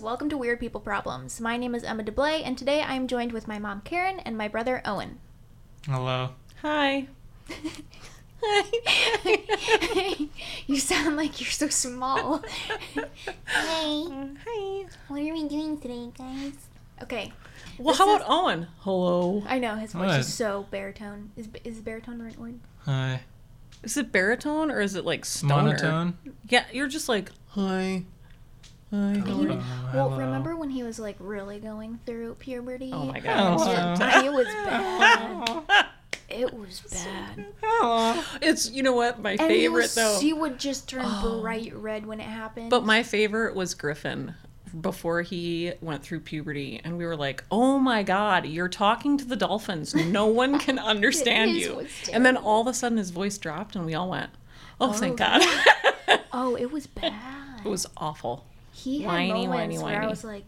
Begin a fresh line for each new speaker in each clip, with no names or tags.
welcome to Weird People Problems. My name is Emma DeBlay, and today I am joined with my mom Karen and my brother Owen.
Hello.
Hi.
you sound like you're so small.
Hey. Hi.
What are we doing today, guys?
Okay,
Well,
This
how
is-
about Owen? Hello.
I know his voice
What?
is so baritone. Is is baritone the right word?
Hi.
Is it baritone or is it like stoner?
Monotone.
Yeah, you're just like hi. Hi. how are
Hello,
you?"
Well,
Oh, hello.
remember when he was like really going through puberty?
Oh my
Hello.
god.
It was bad. It was bad.
Hello.
It's you know what my
And he,
favorite
was,
though.
he would just turn
Oh.
bright red when it happened.
But my favorite was Griffin before he went through puberty and we were like, "Oh my god, you're talking to the dolphins. No one can understand
His
you."
was
And then all of a sudden his voice dropped and we all went, "Oh, thank
Oh.
god."
oh, it was bad.
it was awful.
He had
Whiny,
moments
whiny,
where I
whiny.
was like,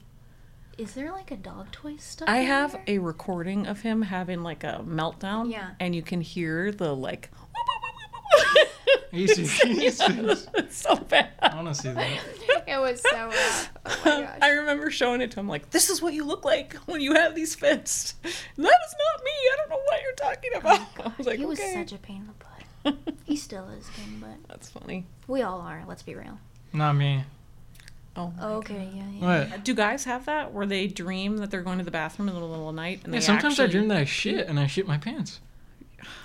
"Is there like a dog toy stuff?"
I
in
have
there?"
a recording of him having like a meltdown.
Yeah.
And you can hear the like.
Easy, Jesus.
it's so bad.
I want to see that.
It was so rough. Oh my gosh.
I remember showing it to him like, this is what you look like when you have these fits. That is not me. I don't know what you're talking about. I was like,
Oh he was
okay.
such a pain in the butt. He still is a pain in the butt.
That's funny.
We all are. Let's be real.
Not me.
Oh.
Okay. Yeah. yeah.
What?
Do guys have that where they dream that they're going to the bathroom in the middle of the night and
Yeah,
they
sometimes I
actually-
dream that I shit and I shit my pants.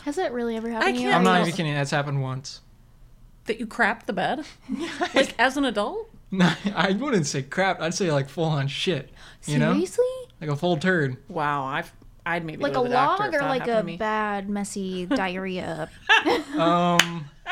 Has that really ever happened? to you?
Yeah,
I'm not
well-
even kidding. That's happened once.
that you crap the bed? like as an adult?
No, I wouldn't say crap. I'd say like full on shit. You know,
Seriously?
like a full turd.
Wow, I've I'd maybe
Like a
go to the doctor
log
if
or
that
like
happened to
a
me.
bad, messy diarrhea?
Um,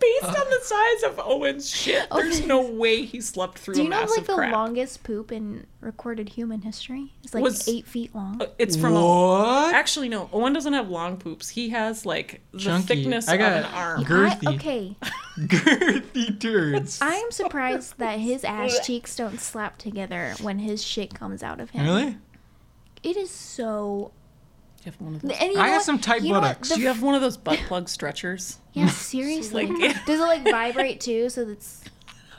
Based on the size of Owen's shit, there's
Okay.
no way he slept through
Oh. Do you
a
know
massive
like the
crap.
longest poop in recorded human history? It's like
Was-
eight feet long.
Uh, It's from a,
what?
actually no. Owen doesn't have long poops. He has like the
Chunky.
thickness
I got
of an arm.
girthy,
I, okay,
girthy turds.
I am surprised that his ass cheeks don't slap together when his shit comes out of him.
Really?
It is so.
You have one of
And
those.
you
I
know
have
what-
some tight
you know what?
buttocks.
The
Do you have one of those butt plug stretchers?
Yeah, seriously.
Like-
Does it like vibrate too? So that's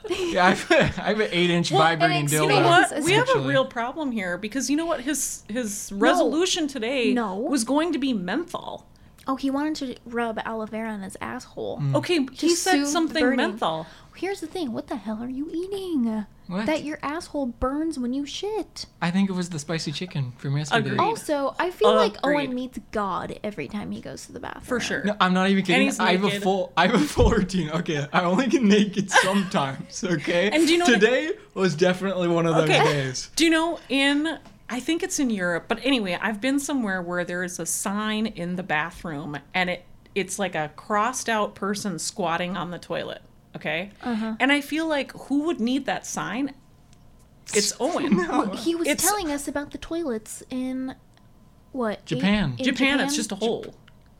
Yeah, I have, I have an eight-inch vibrating
it's-
dildo.
you
You know
Yeah.
what? We have a
Essentially.
real problem here because you know what his his resolution today
No.
was going to be menthol.
oh, he wanted to rub aloe vera on his asshole.
Hmm.
Okay, he
Just soothe
said
the
something
burning.
menthol.
Here's the thing: what the hell are you eating?
What?
That your asshole burns when you shit.
I think it was the spicy chicken from yesterday.
Agreed. Oh,
Also, I feel like Owen
Agreed.
meets God every time he goes to the bathroom.
For sure.
No, I'm not even kidding.
he's
I have a
naked.
full I have a full routine. Okay, I only get naked sometimes, okay?
And do you know what-
today was definitely one of those
Okay.
days.
Do you know in I think it's in Europe, but anyway, I've been somewhere where there is a sign in the bathroom and it it's like a crossed out person squatting on the toilet, okay? And I feel like who would need that sign? It's Owen.
He was
It's-
telling us about the toilets in what?
Japan.
in
Japan, it's just a hole.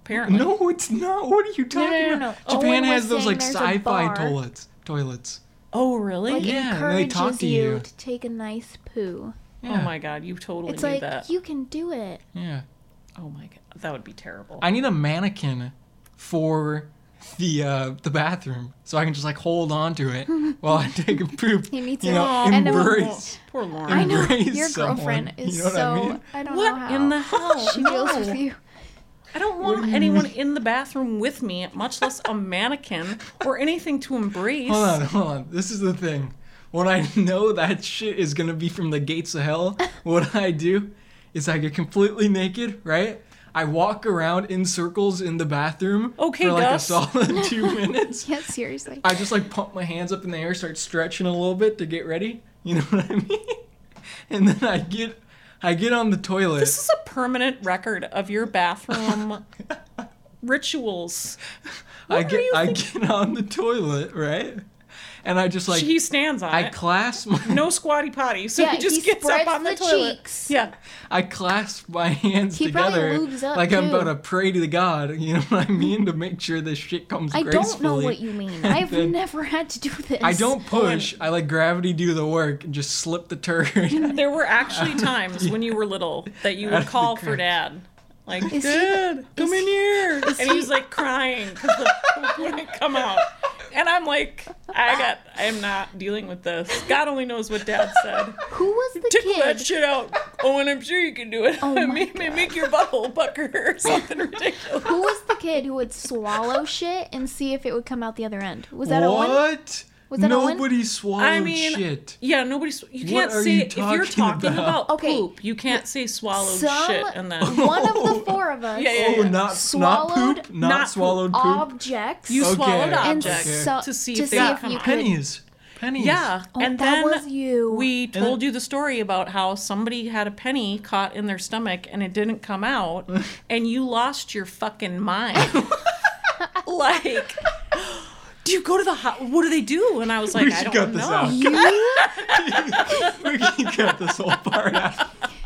Apparently.
No, it's not. What are you talking
no, no,
about?
no. Owen
Japan
was
has those
saying
like
there's a
sci-fi
bar.
toilets. Toilets.
Oh, really?
Like,
Yeah, and they
encourages
talk to
you
you.
to take a nice poo.
Yeah.
Oh my god, you totally
It's
need
like
that.
you can do it.
Yeah.
Oh my god, that would be terrible.
I need a mannequin for the uh, the bathroom so I can just like hold on to it while I take a poop.
He needs
you
it.
know,
And then-
embrace.
Poor Lauren.
I know
Embrace
your
someone,
girlfriend is
you know what
so.
I
I,
mean?
don't know
What
how
in the hell?
she deals with you.
I don't want anyone in the bathroom with me, much less a mannequin or anything to embrace.
Hold on, hold on. This is the thing. When I know that shit is gonna be from the gates of hell, what I do is I get completely naked, right? I walk around in circles in the bathroom
Okay,
for like
Gus.
a solid two minutes.
Yeah, seriously.
I just like pump my hands up in the air, start stretching a little bit to get ready. You know what I mean? And then I get, I get on the toilet.
This is a permanent record of your bathroom rituals.
I
are
get,
you
I get on the toilet, right? And I just like,
he stands on
I
it.
clasp my
no squatty potty, so
Yeah,
he just
he
gets up
spreads
on the,
the
toilet.
cheeks.
Yeah,
I clasp my hands
He probably
together
lubes up,
like I'm
too.
about to pray to the God. You know what I mean? to make sure this shit comes
I
gracefully.
don't know what you mean. I've
Then-
never had to do this.
I don't push. I let gravity do the work and just slip the turd.
there were actually times when you were little that you would
the
call for
crib.
dad, like
Is he-
Dad,
is
come in
he-
here, and he was like crying because the poop wouldn't come out. And I'm like, I got, I'm not dealing with this. God only knows what Dad said.
Who was the
Tickle
kid?
that shit out. Oh, and I'm sure you can do it.
Oh my
make, make your butthole pucker or something ridiculous.
Who was the kid who would swallow shit and see if it would come out the other end? Was that Owen?
what?
Was that Owen?
Nobody swallowed
I mean,
shit.
yeah, nobody's. You
What
can't
are
say
you
if you're
talking
talking
about?
about,
Okay.
poop. You can't say swallowed
Some-
shit and then
One of the four of us
Yeah, yeah,
Oh,
yeah.
not not
Swallowed-
poop, not,
not poop.
swallowed poop.
objects.
you
Okay.
swallowed
and
And
objects
so,
to see
to
if
see
they got
if
come
you
out.
could.
pennies, pennies.
Yeah,
Oh,
and
that
then
was you.
we
then-
told you the story about how somebody had a penny caught in their stomach and it didn't come out, and you lost your fucking mind. like, do you go to the hot? What do they do? And I was like,
We
I
should
don't
cut
know.
this out.
You
we can cut this whole part out.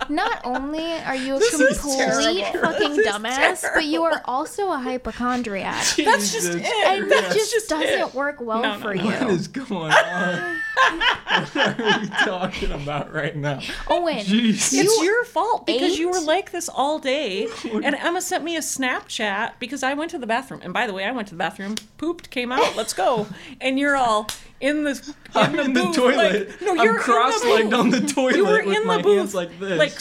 not only are you a
is
complete
terrible.
fucking
This is
dumbass, but you are also a hypochondriac.
That's just
Jesus.
it.
And that
That's
just, doesn't
it.
work well
No, no,
for
no.
you.
What is going on? what are we talking about right now?
Owen,
Jeez.
you
It's your fault because you were
ate?
like this all day. And Emma sent me a Snapchat because I went to the bathroom. And by the way, I went to the bathroom, pooped, came out, let's go. And you're all in the in
I'm
the,
in the
booth,
toilet.
Like, no,
I'm
you're
cross-legged
in the booth.
on the toilet
You were
with
in
my
the booth,
hands like this.
like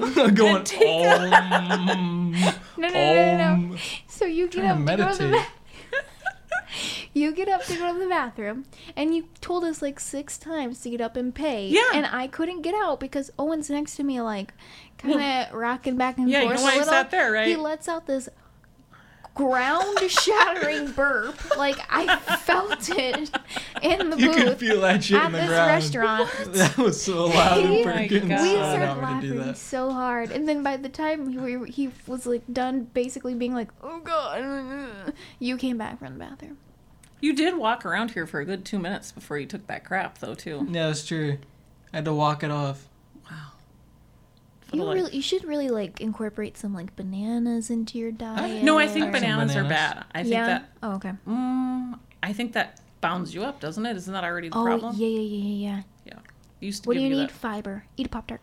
going,
and take a-
um,
no, no, no, no, no.
um,
So you get up
trying to
to go to the
meditate.
ba- You get up to go to the bathroom, and you told us like six times to get up and pay.
Yeah.
And I couldn't get out because Owen's next to me, like, kind of rocking back and
Yeah, you
forth a
know why he
little.
sat there,
He
right?
lets out this ground-shattering burp. Like I felt it in the
you
booth
can feel that shit
at
in the
this
ground.
restaurant.
That was so loud
We-
and
My
freaking
God.
We
Uh,
started
I'm to do
laughing
that.
so hard, and then by the time he, were, he was like done, basically being like, "Oh God," you came back from the bathroom.
You did walk around here for a good two minutes before you took that crap, though, too.
Yeah, that's true. I had to walk it off.
What a
You
life.
really, you should really like incorporate some like bananas into your diet.
No, I think
or-
bananas, are
bananas.
bad. I think
yeah.
that
oh, okay.
mm, I think that bounds you up, doesn't it? Isn't that already the
Oh,
problem?
yeah, yeah, yeah, yeah, yeah.
Yeah. Used to
What do
give
you
you
need?
that.
Fiber. Eat a pop tart.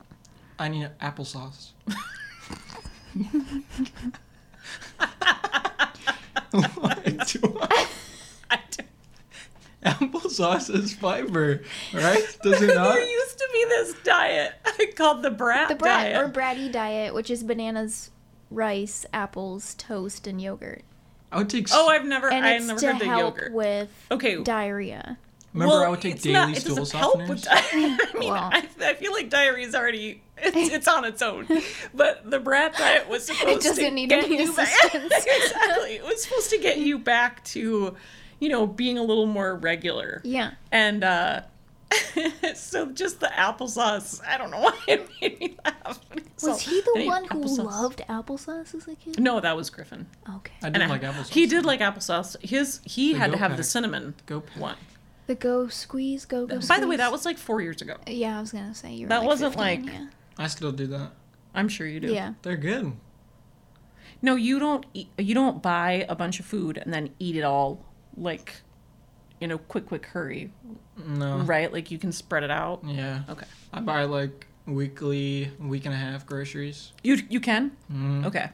I need applesauce. Why do I?
I don't-
Applesauce is fiber, right? Does it not?
there used to be this diet called the brat,
The brat
diet.
or bratty diet, which is bananas, rice, apples, toast, and yogurt,
I would take. s-
oh, I've never,
and
I've
it's
never
to
heard the
help
yogurt.
with
Okay.
diarrhea.
remember
well,
I would take
it's
daily
not, it
stool
doesn't
softeners.
help with diet. I mean,
Well.
I, I feel like diarrhea is already it's, it's on its own. But the brat diet was supposed to
doesn't need
get
any
you back-
assistance.
exactly. It was supposed to get you back to, you know, being a little more regular.
Yeah.
And uh, so just the applesauce. I don't know why it made me laugh.
Was
So,
he
I
the
ate
one who
applesauce.
loved applesauce as a kid?
No, that was Griffin.
Okay.
I did
And I-
like applesauce.
He did like applesauce. His he
The
had to
goat
have the
pack.
cinnamon
Go pack.
one.
The go squeeze, go go.
By the way, that was like four years ago.
Yeah, I was gonna say you. Were
That
like
wasn't
15,
like-
Yeah.
I still do that.
I'm sure you do.
yeah.
They're good.
No, you don't. Eat, you don't buy a bunch of food and then eat it all like in a quick, quick hurry,
No.
right? Like you can spread it out.
Yeah.
Okay.
I buy like weekly, week and a half groceries
You you can.
Mhm.
Okay.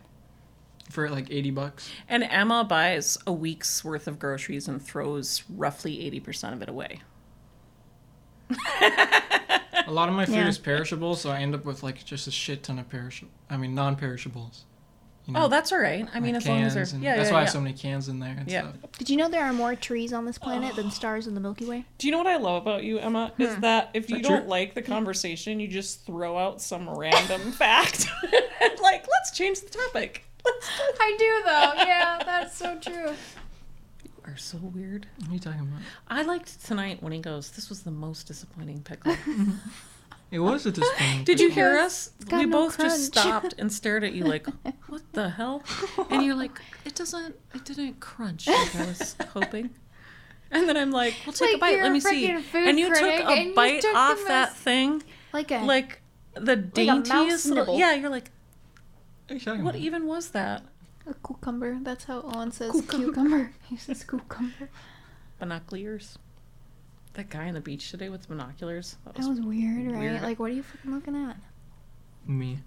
for like eighty bucks.
And Emma buys a week's worth of groceries and throws roughly eighty percent of it away.
A lot of my food
Yeah.
is perishable, so I end up with like just a shit ton of perishable. I mean, non-perishables. You
Oh, that's all right. I
Mm-hmm.
mean,
like
as long as
cans
they're
and-
yeah,
that's
yeah,
why I
yeah.
have so many cans in there and
Yeah.
stuff.
Did you know there are more trees on this planet than stars in the Milky Way?
Do you know what I love about you, Emma? Is
Hmm.
that if you
that
don't
true?
like the conversation, you just throw out some random fact. like, let's change the topic. Let's
I do though. Yeah, that's so true.
are so weird.
What are you talking about?
I liked tonight when he goes, This was the most disappointing pickle.
It was at this point.
Did you
He
hear
goes,
us?
"It's got
We
no
both just
crunch."
stopped and stared at you like, What the hell? And you're like, It doesn't it didn't crunch like I was hoping. And then I'm like, Well take
Like
a bite,
you're
let
a
me see.
freaking food
And you took
critic and
a
you
bite
took the
off that
most-
thing.
Like a
Like the
mouse
daintiest little
nibble.
Yeah, you're like,
What are you talking
What
about?
even was that?
a cucumber. That's how Owen says
Cucumber.
cucumber. He says cucumber.
Binoculars. That guy on the beach today with binoculars. That
That was
was
weird, right?
Weird.
Like, what are you fucking looking at?
e-
Me.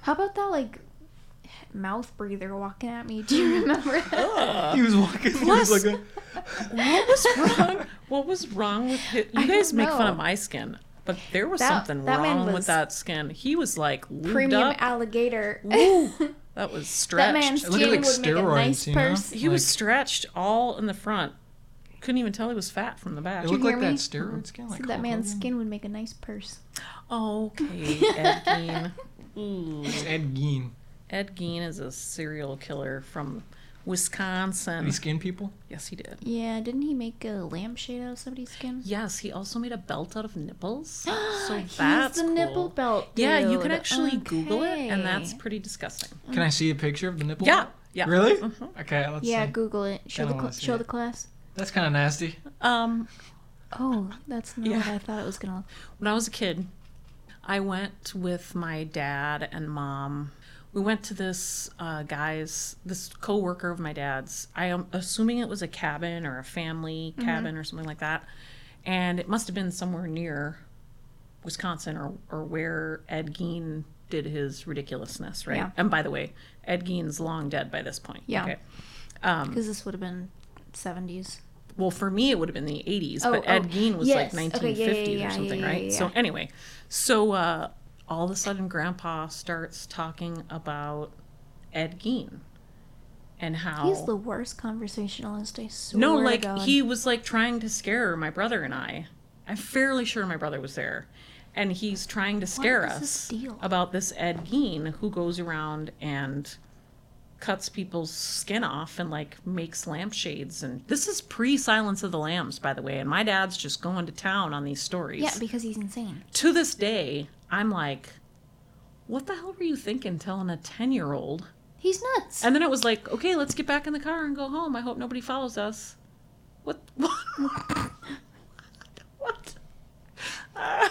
How about that like mouth breather walking at me? Do you remember that?
Ugh.
He was walking.
Uh, Plus-
he was like, a,
What was wrong? What was wrong with his,
I
you guys
don't
make fun of
know.
my skin? But there was
That-
something
that man
wrong
was
with that skin. He was like lubed
Premium
up.
alligator.
Ooh, that was
that
stretched.
man's
It looked
skin
like
would make a nice
steroids, you know?
purse.
he was
like-
stretched all in the front. Couldn't even tell he was fat from the back.
It looked
you
like
hear
that
me?
steroid skin. Like oh,
Said that
Hulk
man's
Hogan.
skin would make a nice purse.
Okay, Ed Gein. Ooh.
Ed Gein.
Ed Gein is a serial killer from Wisconsin.
Um,
Did he skin people?
Yes, he did.
Yeah, didn't he make a lampshade out of somebody's skin?
Yes, he also made a belt out of nipples. so
He's
that's
the
cool.
nipple belt.
Yeah, you
dude.
can actually Google it, and that's
Okay.
pretty disgusting.
mm.
Can I see a picture of the nipple?
Yeah, yeah.
Really?
Mhm.
Okay, let's
Mm-hmm. Yeah,
see.
Google it. Show the
Kinda
cl-
wanna see
show
it.
the class.
That's kind of nasty.
Um,
Oh, that's not what
Yeah. Um,
I thought it was gonna. look
when I was a kid, I went with my dad and mom. We went to this uh, guy's, this coworker of my dad's. I am assuming it was a cabin or a family
Mm-hmm.
cabin or something like that, and it must have been somewhere near Wisconsin or or where Ed Gein did his ridiculousness, right?
Yeah.
And by the way, Ed Gein's long dead by this point.
Yeah.
Okay.
Because this would have been 70s.
well for me it would have been the 80s
Oh,
but ed
oh,
gein was
yes.
like 1950s
Okay, yeah, yeah, yeah,
or
yeah,
something
yeah,
right
yeah,
so
yeah.
anyway so uh, all of a sudden grandpa starts talking about ed gein and how
He's the worst conversationalist. I swear.
oh. no
to
like
God.
he was like trying to scare my brother and i i'm fairly sure my brother was there and he's trying to scare
is
us
this deal?
about this ed gein who goes around and cuts people's skin off and like makes lampshades and this is pre silence of the lambs by the way and my dad's just going to town on these stories
Yeah, because he's insane.
to this day i'm like what the hell were you thinking telling a 10 year old
He's nuts.
and then it was like, okay, let's get back in the car and go home. I hope nobody follows us. What? What? what? Uh,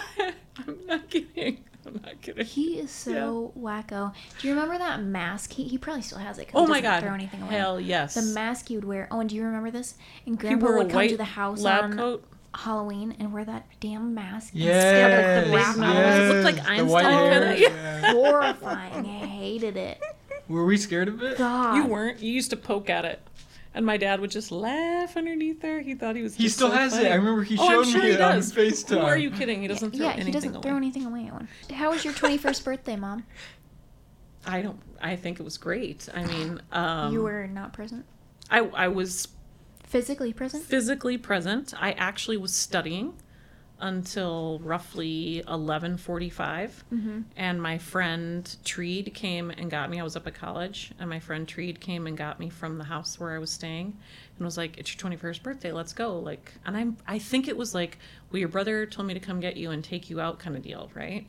I'm not kidding. I'm not kidding.
he is so wacko. Do you remember that mask? He, he probably still has it. 'cause
Oh
he
my
doesn't
god.
Throw anything away.
Hell yes.
The mask you would wear. Oh, and do you remember this? And
he
Grandpa
wore a
would come
white
to the house
lab
on
coat.
Halloween and wear that damn mask. and
Yeah.
scare, like, the
Yes,
big
yes.
mouth.
It looked like
the white
Einstein
hair.
kinda,
yeah.
Horrifying. I hated it.
Were we scared of it?
God.
You weren't. You used to poke at it. And my dad would just laugh underneath there. He thought he was.
He
just
still
so
has
funny.
it. I remember he
oh, I'm
showed
sure
me
he
it on
does.
FaceTime.
Who are you kidding? He doesn't throw
yeah,
anything
he doesn't
away.
throw anything away. at one- How was your 21st birthday, Mom?
I don't. I think it was great. I mean, um,
you were not present.
I I was
Physically present?
physically present. I actually was studying until roughly 11:45 and my friend Treed came and got me. I was up at college and my friend Treed came and got me from the house where I was staying and was like, "It's your 21st birthday. Let's go." Like, and I'm I think it was like, "Well, your brother told me to come get you and take you out" kind of deal, right?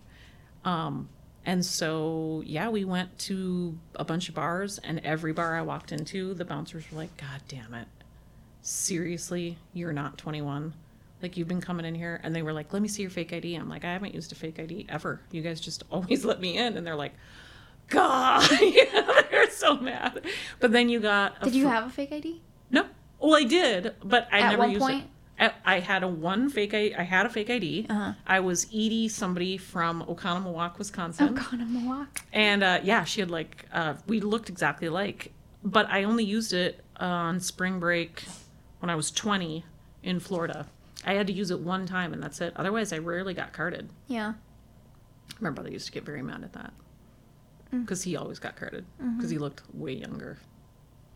Um and so, yeah, we went to a bunch of bars, and every bar I walked into, the bouncers were like, God damn it seriously, you're not 21. Like, you've been coming in here. And they were like, let me see your fake ID. I'm like, I haven't used a fake ID ever. You guys just always let me in. And they're like, God, yeah, they're so mad. But then you got. a
Did you
fr-
have a fake ID?
No. Well, I did, but I
At
never
one
used
point?
it. I I had a one fake I, I had a fake ID.
Uh-huh.
I was Edie, somebody from Oconomowoc, Wisconsin.
Oh, God, I'm a walk.
And uh, yeah, she had like uh, we looked exactly alike, but I only used it on spring break when I was 20 in Florida. I had to use it one time, and that's it. Otherwise, I rarely got carded.
Yeah.
My brother used to get very mad at that
Mm.
because he always got carded because he looked way younger.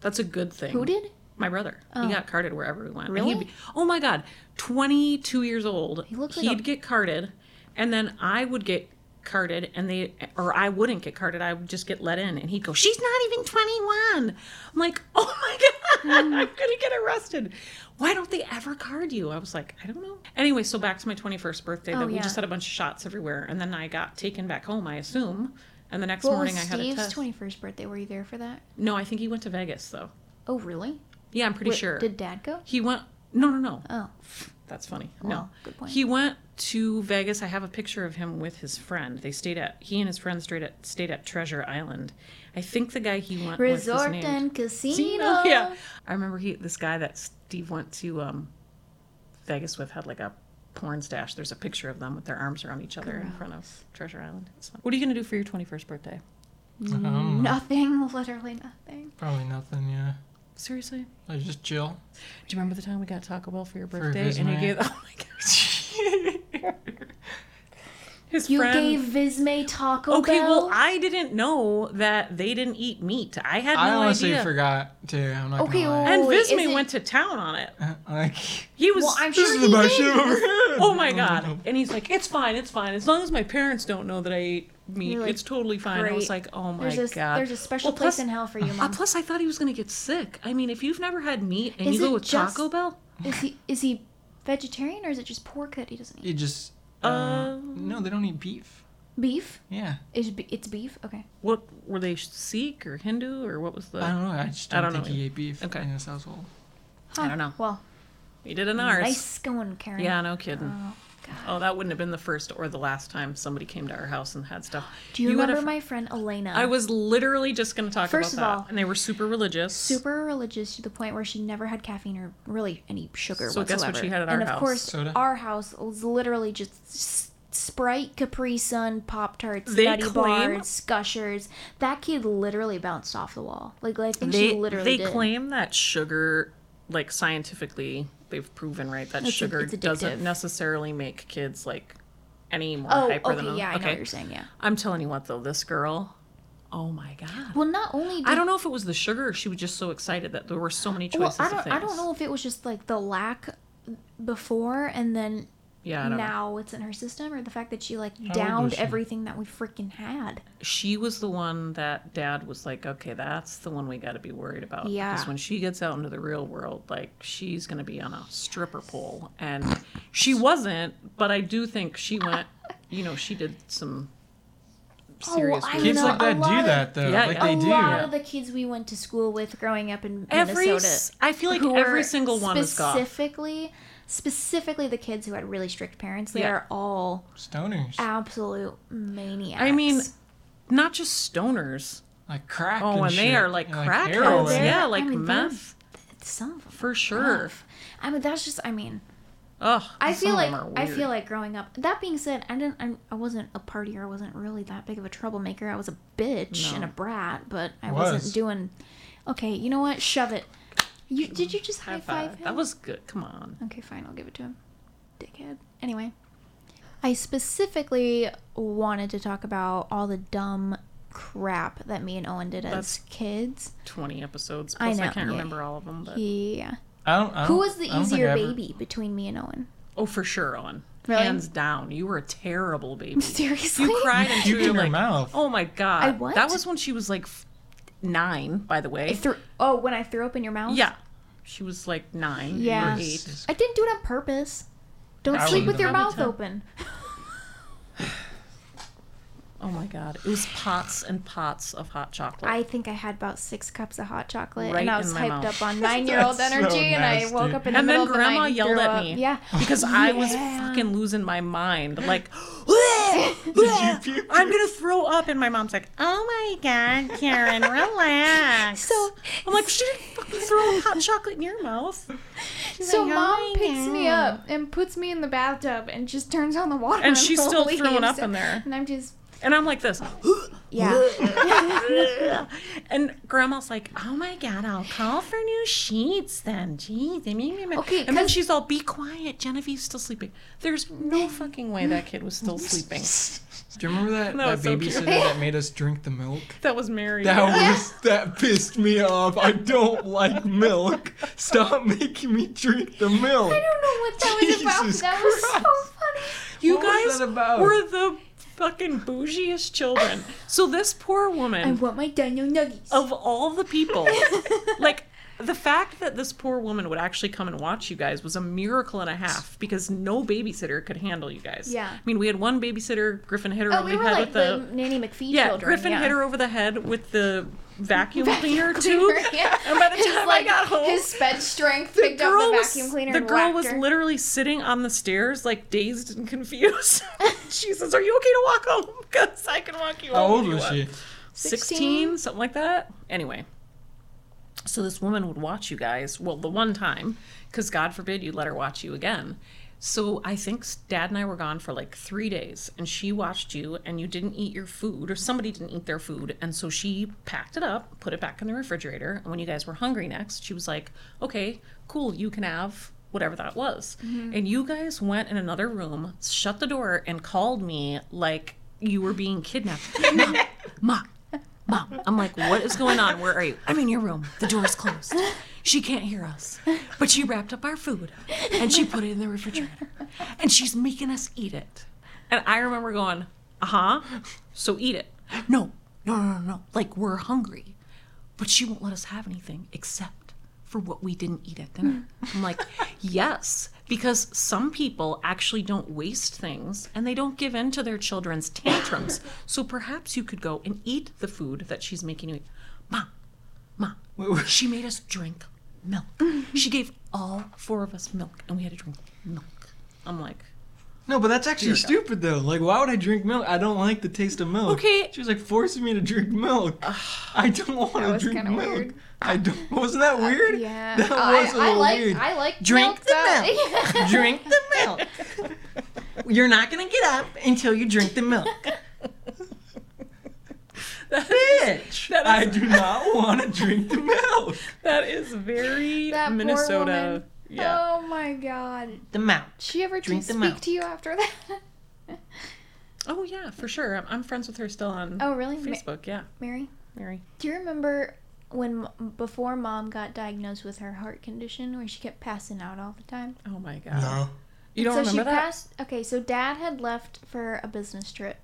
That's a good thing.
Mm-hmm. Who did?
My brother.
Oh.
He got carded wherever we went. And
Really?
he'd be, oh my God, 22 years old.
He looks
would
like a-
get carded, and then I would get carded, and they, or I wouldn't get carded. I would just get let in, and he'd go, She's not even 21. I'm like, Oh my God,
Hmm.
I'm going to get arrested. Why don't they ever card you? I was like, I don't know. Anyway, so back to my 21st birthday,
Oh,
that we
yeah.
just had a bunch of shots everywhere, and then I got taken back home, I assume. And the next
What
morning
was
I had a
Steve's
test.
21st birthday? Were you there for that?
No, I think he went to Vegas, though.
Oh, really?
Yeah, I'm pretty
Wait,
sure.
Did Dad go?
He went. No, no, no.
Oh,
That's funny.
Well,
No.
good point.
He went to Vegas. I have a picture of him with his friend. They stayed at he and his friend stayed at stayed at Treasure Island. I think the guy he went
resort
with was named
and casino.
Casino. Yeah. I remember he this guy that Steve went to um Vegas with had like a porn stash. There's a picture of them with their arms around each other in front of Treasure Island. It's fun. What are you gonna do for your twenty first birthday?
Um,
Nothing, literally nothing.
Probably nothing. Yeah.
Seriously?
I just chill.
Do you remember the time we got Taco Bell for your
For
birthday
his
and you
man.
gave oh my gosh. His
You
friend
gave Vismay Taco
Okay,
Bell.
well I didn't know that they didn't eat meat. I had
I
no
honestly
idea.
forgot too. I'm not
Okay,
gonna lie.
And
Oh, wait, is
Vismay
it-
went to town on it.
like
He was
Well, I'm
this
sure
is
he
the
did.
best shit I've ever had.
Oh my god. And he's like, It's fine, it's fine. As long as my parents don't know that I ate meat,
You're like,
it's totally fine. I was
"Great.
like, Oh my
There's a
god.
there's a special
Well,
place
plus-
in hell for you,
Uh,
mom.
plus, I thought he was going to get sick. I mean, if you've never had meat and
Is
you go
it
with
just-
Taco Bell,
is he is he vegetarian or is it just pork that he doesn't eat?
It just uh,
Um,
no, they don't eat beef.
Beef?
Yeah,
Is be- it's beef? Okay.
what were they Sikh or Hindu or what was the?
I don't know. I just
I
don't,
don't
think
know
he ate beef
Okay.
in his household.
Huh.
don't know.
Well,
we did an ours.
Mm, nice going, Karen.
Yeah, no kidding.
Oh God.
Oh, that wouldn't have been the first or the last time somebody came to our house and had stuff.
Do you,
would
remember
have-
my friend Elena?
I was literally just going to talk
First of
about
all,
that, and they were super religious.
super religious to the point where she never had caffeine or really any sugar
So guess
whatsoever.
what she had at our
and of
house?
course,
Soda?
our house was literally just s- Sprite, Capri Sun, Pop Tarts,
They
Nutty
claim-
Bars, Gushers. That kid literally bounced off the wall. Like I think
They
she literally
they
did.
claim that sugar, like scientifically, they've proven right that
It's-
sugar
it's addictive.
doesn't necessarily make kids like any more
oh,
hyper than
okay, yeah, I know
okay.
what you're saying. Yeah.
I'm telling you what though, this girl, oh my god.
Well, not only did
I don't know if it was the sugar or she was just so excited that there were so many
well,
choices
I
of
don't,
things.
I don't know if it was just like the lack before and then
Yeah, I don't know.
now it's in her system or the fact that she like
old was
downed
she?
everything that we freaking had.
She was the one that dad was like, okay, that's the one we got to be worried about.
Yeah.
Because when she gets out into the real world, like, she's going to be on a stripper pole. And she wasn't, but I do think she went, you know, she did some
Oh,
serious.
I
weird
Kids
know,
like
a
that do
lot of-
that though.
Yeah,
like
yeah.
they
a
do.
lot of the kids we went to school with growing up in
every,
Minnesota.
s- I feel like
who were
every single one is gone.
specifically, specifically the kids who had really strict parents. They
Yeah.
are all
Stoners
absolute maniacs.
I mean, not just stoners.
like crack.
Oh,
and,
and, they
shit,
are like
and,
crackheads.
heroin.
Oh, they're-
yeah, like
I mean, they're-
meth.
some of them
For sure.
rough. I mean, that's just. I mean,
Ugh,
I
some
feel
of
like
them are
I
weird.
feel like growing up. That being said, I didn't. I, I wasn't a partier. I wasn't really that big of a troublemaker. I was a bitch
No.
and a brat, but I
Was.
wasn't doing. Okay, you know what? Shove it. You did you just high, five? him?
That was good. Come on.
Okay, fine, I'll give it to him. Dickhead. Anyway, I specifically wanted to talk about all the dumb crap that me and Owen did as
That's-
kids.
20 episodes.
I
Plus, I,
know,
can't
yeah.
remember all of them. But...
Yeah.
I don't, I
Who
don't-
was the
I don't think I
easier
ever-
baby between me and Owen?
Oh, for sure, Owen.
Really?
Hands down. You were a terrible baby.
Seriously?
You cried and
You
you
in
were
her
like,
mouth.
oh my God.
I what?
That was when she was like f- nine, by the
I
way.
threw, oh, when I threw up in your mouth?
Yeah. She was like nine. you
Yeah.
were eight.
Jesus.
I didn't do it on purpose. Don't
I
sleep
wouldn't
with your
have.
mouth open.
Oh my God. It was pots and pots of hot chocolate.
I think I had about six cups of hot chocolate,
Right
and I was
in my
hyped up
mouth.
on nine-year-old
That's so
energy, and I
nasty.
woke up in the
And then
middle of the
Grandma
night and
yelled
threw
at
up.
me.
Yeah,
because I was
Yeah.
fucking losing my mind. Like,
Did you puke?
I'm going to throw up. And my mom's like, oh my God, Karen, relax.
So-
I'm like, she didn't fucking throw hot chocolate in your mouth.
So
like,
mom
"Oh my
picks me
God."
up and puts me in the bathtub and just turns on the water.
And she's
I'm
still
leaves.
throwing up in there.
And I'm just
And I'm like this.
yeah.
and grandma's like, "Oh my god, I'll call for new sheets then." Jeez, I mean,
Okay,
and then
'cause-
she's all, "Be quiet, Genevieve's still sleeping." There's no fucking way that kid was still sleeping.
Do you remember that,
That
that
was so
babysitter
cute.
that made us drink the milk?
That was Mary.
That was that pissed me off. I don't like milk. Stop making me drink the milk.
I don't know what that was about.
Jesus
That was
Christ.
so funny.
you
What was
guys
that about?
were the fucking bougiest children. So this poor woman.
I want my Daniel Nuggies.
of all the people, Oh. like the fact that this poor woman would actually come and watch you guys was a miracle and a half because no babysitter could handle you guys.
Yeah.
I mean, we had one babysitter, Griffin hit her
Oh,
over
we
the
were
head
like
with
the,
the,
Nanny McPhee
yeah,
children.
Griffin
yeah.
hit her over the head with the vacuum cleaner tube.
Cleaner, yeah.
And by the
His,
time I
like,
got home,
his sped strength picked up the vacuum cleaner.
the
and
girl
whacked
was
her.
literally sitting on the stairs, like dazed and confused. she says, "Are you okay to walk home? Because I can walk you
How
home."
old
if you
was
want."
she?
16, something like that. Anyway, so this woman would watch you guys, well, the one time, because God forbid you let her watch you again. So I think s- dad and I were gone for like three days, and she watched you, and you didn't eat your food, or somebody didn't eat their food. And so she packed it up, put it back in the refrigerator. And when you guys were hungry next, she was like, okay, cool, you can have whatever that was. And you guys went in another room, shut the door, and called me like you were being kidnapped. Mom, mom, mom. I'm like, what is going on? Where are you? I'm in your room. The door's closed. She can't hear us. But she wrapped up our food and she put it in the refrigerator. And she's making us eat it. And I remember going, uh huh. So eat it. No, no, no, no, no. Like, we're hungry. But she won't let us have anything except for what we didn't eat at dinner.
Mm.
I'm like, yes, because some people actually don't waste things and they don't give in to their children's tantrums. So perhaps you could go and eat the food that she's making you eat. Mom, mom,
Wait, Mm-hmm. wait.
she made us drink milk. she gave all four of us milk and we had to drink milk. I'm like,
No, but that's actually
Dear God.
stupid though. Like, why would I drink milk? I don't like the taste of milk.
Okay.
She was like forcing me to drink milk. I don't want to
was
drink
kinda
milk.
weird.
I don't. Wasn't that weird?
Yeah.
That
Oh,
was a
I, I
little
like,
weird.
I like
Drink
milk,
the
though.
drink the milk. You're not gonna get up until you drink the milk. Bitch!
that
I
is-
do not want to drink the milk.
that is very
That poor
Minnesota.
woman.
Yeah.
Oh my god.
The milk.
She ever
Drink
drink
the
speak
milk.
to you after that?
Oh yeah, for sure. I'm, I'm friends with her still on
Oh really, Ma-
Facebook. Yeah,
Mary?
Mary.
Do you remember when m- before mom got diagnosed with her heart condition, where she kept passing out all the time?
Oh my god.
No.
You don't
so
remember
she
that?
passed. Okay, so dad had left for a business trip,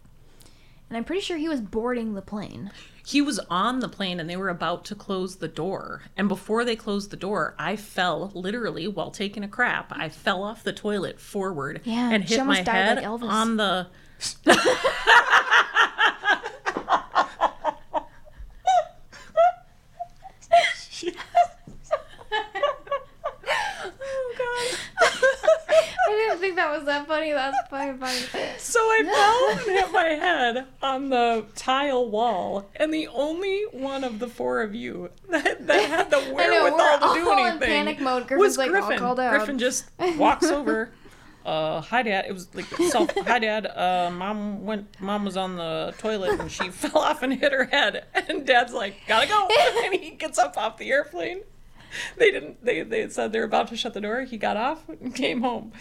and I'm pretty sure he was boarding the plane.
He was on the plane and they were about to close the door. And before they closed the door, I fell literally while taking a crap. I fell off the toilet forward
Yeah,
and
she
hit my
almost died
head
like Elvis. Oh,
on the. oh god.
I didn't think that was that funny. That's fucking funny.
So I fell and hit my head on the tile wall, and the only one of the four of you that, that had the
I know,
wherewithal
we're
to do
all in
anything
panic mode. Griffin's
was
like, all
Griffin.
called out.
Griffin just walks over. Uh, hi dad. It was like self. Hi dad. Uh, mom went. Mom was on the toilet and she fell off and hit her head. And dad's like, gotta go. And he gets up off the airplane. They didn't. They they said they were about to shut the door. He got off and came home.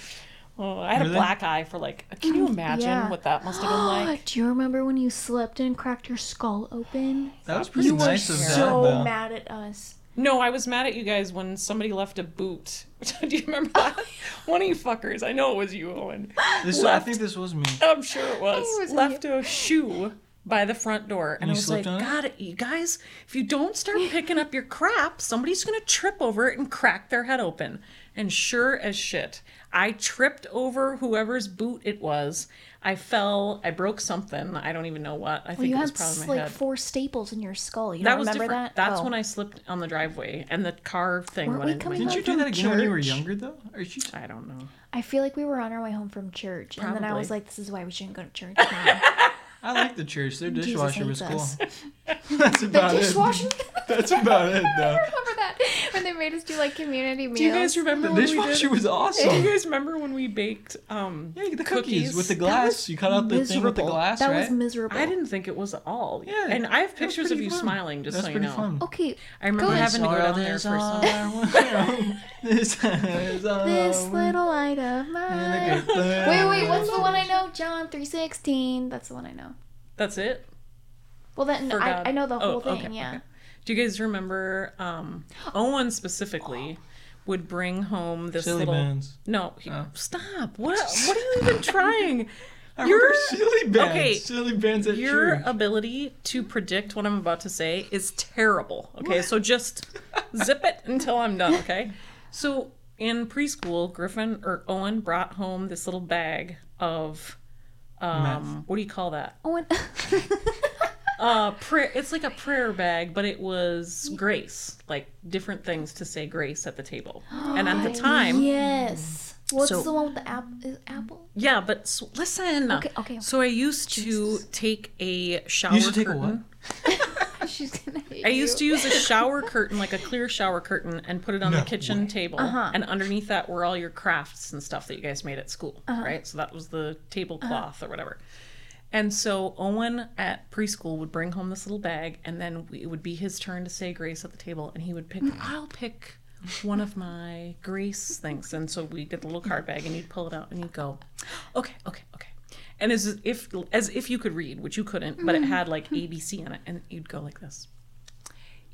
Oh, I had
Really?
a black eye for like. Can you imagine
yeah.
what that must have been like?
Do you remember when you slipped and cracked your skull open?
That was pretty
you
nice
were
of
so
Dad, though.
mad at us.
No, I was mad at you guys when somebody left a boot. Do you remember that? One of you fuckers. I know it was you, Owen.
This, I
Left.
think this was me.
I'm sure it was.
was
left a shoe by the front door, and
you
I was like,
slipped on it?
"God, you guys, if you don't start picking up your crap, somebody's gonna trip over it and crack their head open." And sure as shit, I tripped over whoever's boot it was. I fell. I broke something. I don't even know what. I think
you
it was
had
probably my
like
head.
four staples in your skull. You
that
don't
was
remember
different.
that? Oh.
That's when I slipped on the driveway, and the car thing
Weren't
went
we
into my
coming
Didn't
up?
you do that again when you were
Church.
younger, though? Or you
head. I don't know.
I feel like we were on our way home from church, and then I was
Probably.
like, "This is why we shouldn't go to church." Now.
I like the church. Their dishwasher was
hates
cool.
us.
That's
the
about
dishwasher.
it. That's about it, though.
remember that when they made us do like community meals?
Do you guys remember
The
when we did?
dishwasher was
Do
awesome.
you guys remember when we baked? Um,
Yeah, you get the cookies,
Cookies.
with the
That
glass. You cut out the thing with the
Miserable.
glass,
That
right?
was miserable.
I didn't think it was at all.
Yeah,
And I have
that was
pictures of
pretty
you
fun.
smiling, just
That's
so you
pretty
know.
fun.
Okay,
I remember
Good.
having to go down there for some.
some. this is all
Oh,
this
I want.
little light of mine.
And a good thing.
Wait, wait, what's the one I know? John three sixteen. That's the one I know.
That's it.
Well, then
For
I,
God.
I know the
Oh,
whole thing.
okay,
yeah.
okay. Do you guys remember um, Owen specifically would bring home this
Chili
little?
bands.
No, he-
Oh.
stop! What? What are you even trying?
I
You're-
remember silly bands.
okay,
Silly bands at
Your
church.
ability to predict what I'm about to say is terrible. Okay, so just zip it until I'm done, okay? So in preschool, Griffin or Owen brought home this little bag of um what do you call that?
Oh, and
Uh prayer it's like a prayer bag, but it was grace, like different things to say grace at the table. And at the time,
yes. What's
So-
the one with the apple? Is apple?
yeah, but s listen.
Okay, okay.
So I used to take a shower
used to take a
curtain.
She's gonna hate
I used to use a shower curtain, like a clear shower curtain, and put it on
No
the kitchen
way.
table.
Uh-huh.
And underneath that were all your crafts and stuff that you guys made at school, right? So that was the tablecloth or whatever. And so Owen at preschool would bring home this little bag, and then we- it would be his turn to say grace at the table, and he would pick, I'll pick one of my grace things. And so we'd get the little card bag, and you'd pull it out, and you'd go, okay, okay, okay. And as if as if you could read, which you couldn't, but it had like ABC in it, and you'd go like this.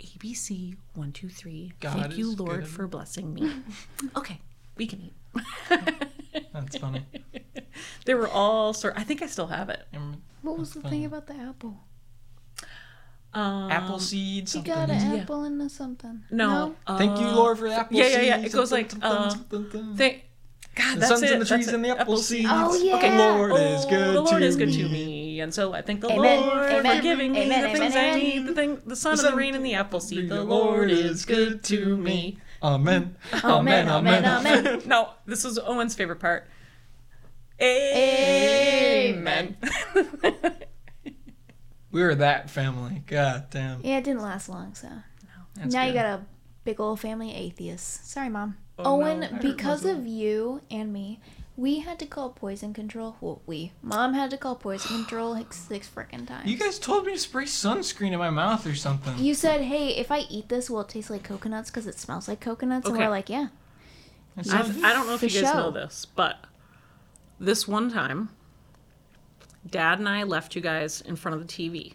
ABC one two three.
God
Thank you,
is
Lord,
good.
for blessing me. okay, we can eat.
That's funny.
They were all sort. I think I still have it.
Um,
What was the thing about the apple?
Um,
apple seed.
She
Something.
got an
yeah.
apple and a something.
No.
Thank you,
uh,
Lord, for the apple
yeah,
seed.
yeah, yeah. It goes like, uh, Thank. God,
the
that's
sun's
it.
in the trees
that's it.
and the apple, seeds.
Oh, yeah.
The Lord
Oh,
is good
the Lord
to
is good
me.
to me, and so I thank the
Amen,
Lord
amen,
for giving me
amen,
the things
amen,
I
amen.
need. The thing, the
The
sun, and
sun-
the rain, and the apple seed. The Lord is good to me.
Amen.
Amen, amen, amen.
no, this is Owen's favorite part.
Amen.
Amen.
We were that family. God damn.
Yeah, it didn't last long, so.
That's
now
good.
you got a big old family of atheists. Sorry, mom.
Oh, no,
Owen,
I hurt
because
myself.
of you and me, we had to call poison control. Well, we. Mom had to call poison control like six frickin' times.
You guys told me to spray sunscreen in my mouth or something.
You said, hey, if I eat this, will it taste like coconuts because it smells like coconuts? And
Okay.
we're like, yeah.
That's
I've-
something.
I don't know if
For
you guys
show.
know this, but this one time, Dad and I left you guys in front of the TV.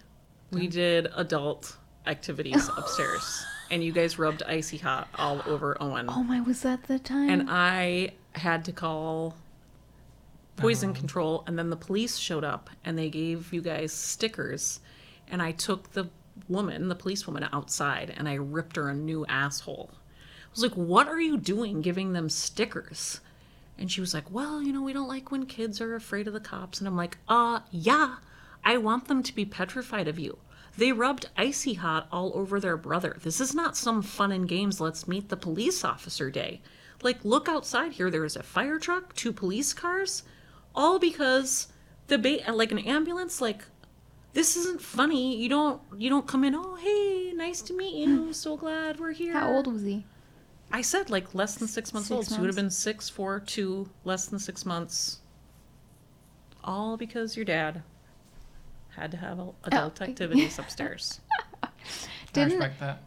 We did adult activities upstairs, and you guys rubbed icy hot all over Owen.
Oh my, was that the time?
And I had to call poison control, and then the police showed up and they gave you guys stickers. And I took the woman, the police woman, outside and I ripped her a new asshole. I was like, What are you doing giving them stickers? And she was like, Well, you know, we don't like when kids are afraid of the cops. And I'm like, Uh, yeah, I want them to be petrified of you. They rubbed Icy Hot all over their brother. This is not some fun and games, let's meet the police officer day. Like, look outside here. There is a fire truck, two police cars, all because the ba- like an ambulance. Like, this isn't funny. You don't you don't come in. Oh, hey, nice to meet you. So glad we're here.
How old was he?
I said like less than six months
Six
old. So you would have
months.
been six, four, two, less than six months. All because your dad had to
Oh.
have a- adult activities upstairs.
Didn't-
I respect that.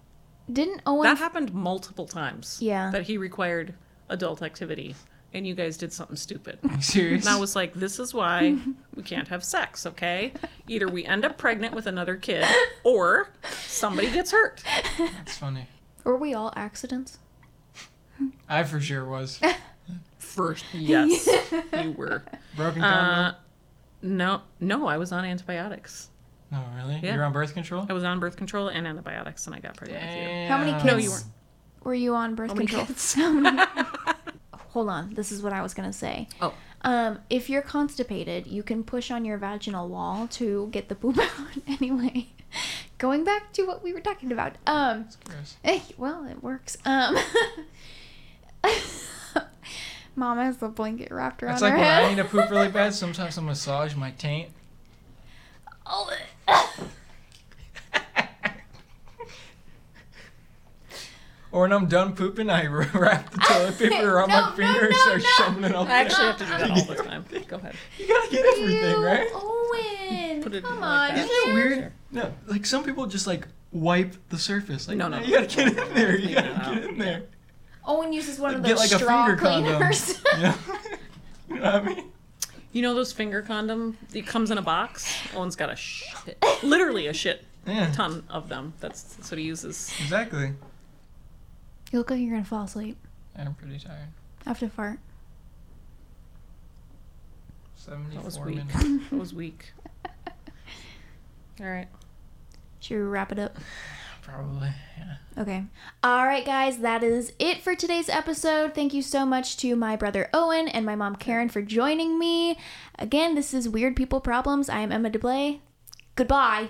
Didn't Owen.
That happened multiple times.
Yeah.
That he required adult activity and you guys did something stupid.
Are you serious?
And I was like, this is why we can't have sex, okay? Either we end up pregnant with another kid or somebody gets hurt.
That's funny.
were we all accidents?
I for sure was.
First, yes, you were.
Broken
Uh,
condom.
no, no, I was on antibiotics.
No, really?
yeah.
You're on birth control?
I was on birth control and antibiotics, and I got pregnant
How many kids
Damn.
No, you weren't.
were you on birth
Oh
How many
control?
kids?
How many- Hold on, this is what I was gonna say.
Oh.
Um, if you're constipated, you can push on your vaginal wall to get the poop out anyway. Going back to what we were talking about. Um,
Gross.
eh, well, it works. Um, Mom has the blanket wrapped around
It's
her
like when
head.
I need to poop really bad, sometimes I massage my taint.
Oh,
Or when I'm done pooping, I wrap the toilet paper around
No,
my
no,
finger and
no,
start
no.
shoving it all
I actually have to do that all the time. Go ahead.
You gotta get everything,
you,
right?
Owen,
Put it in
come
like
on.
that.
Isn't it
man.
weird? No, like some people just like wipe the surface. Like,
No, no.
You gotta get in there. You
Yeah.
gotta get in there.
Owen uses one of
Get
those
like a
straw
finger condom.
cleaners.
You know? you know what I mean?
You know those finger condom? It comes in a box. Owen's got a shit, literally a shit
Yeah.
ton of them. That's, that's what he uses.
Exactly.
you look like you're gonna fall asleep.
I'm pretty tired.
I have to fart.
That was
74
weak.
minutes.
That was weak. All right.
Should we wrap it up?
Probably. Yeah.
Okay. All right, guys, that is it for today's episode. Thank you so much to my brother Owen and my mom Karen for joining me. Again, this is Weird People Problems. I am Emma DeBlay. Goodbye.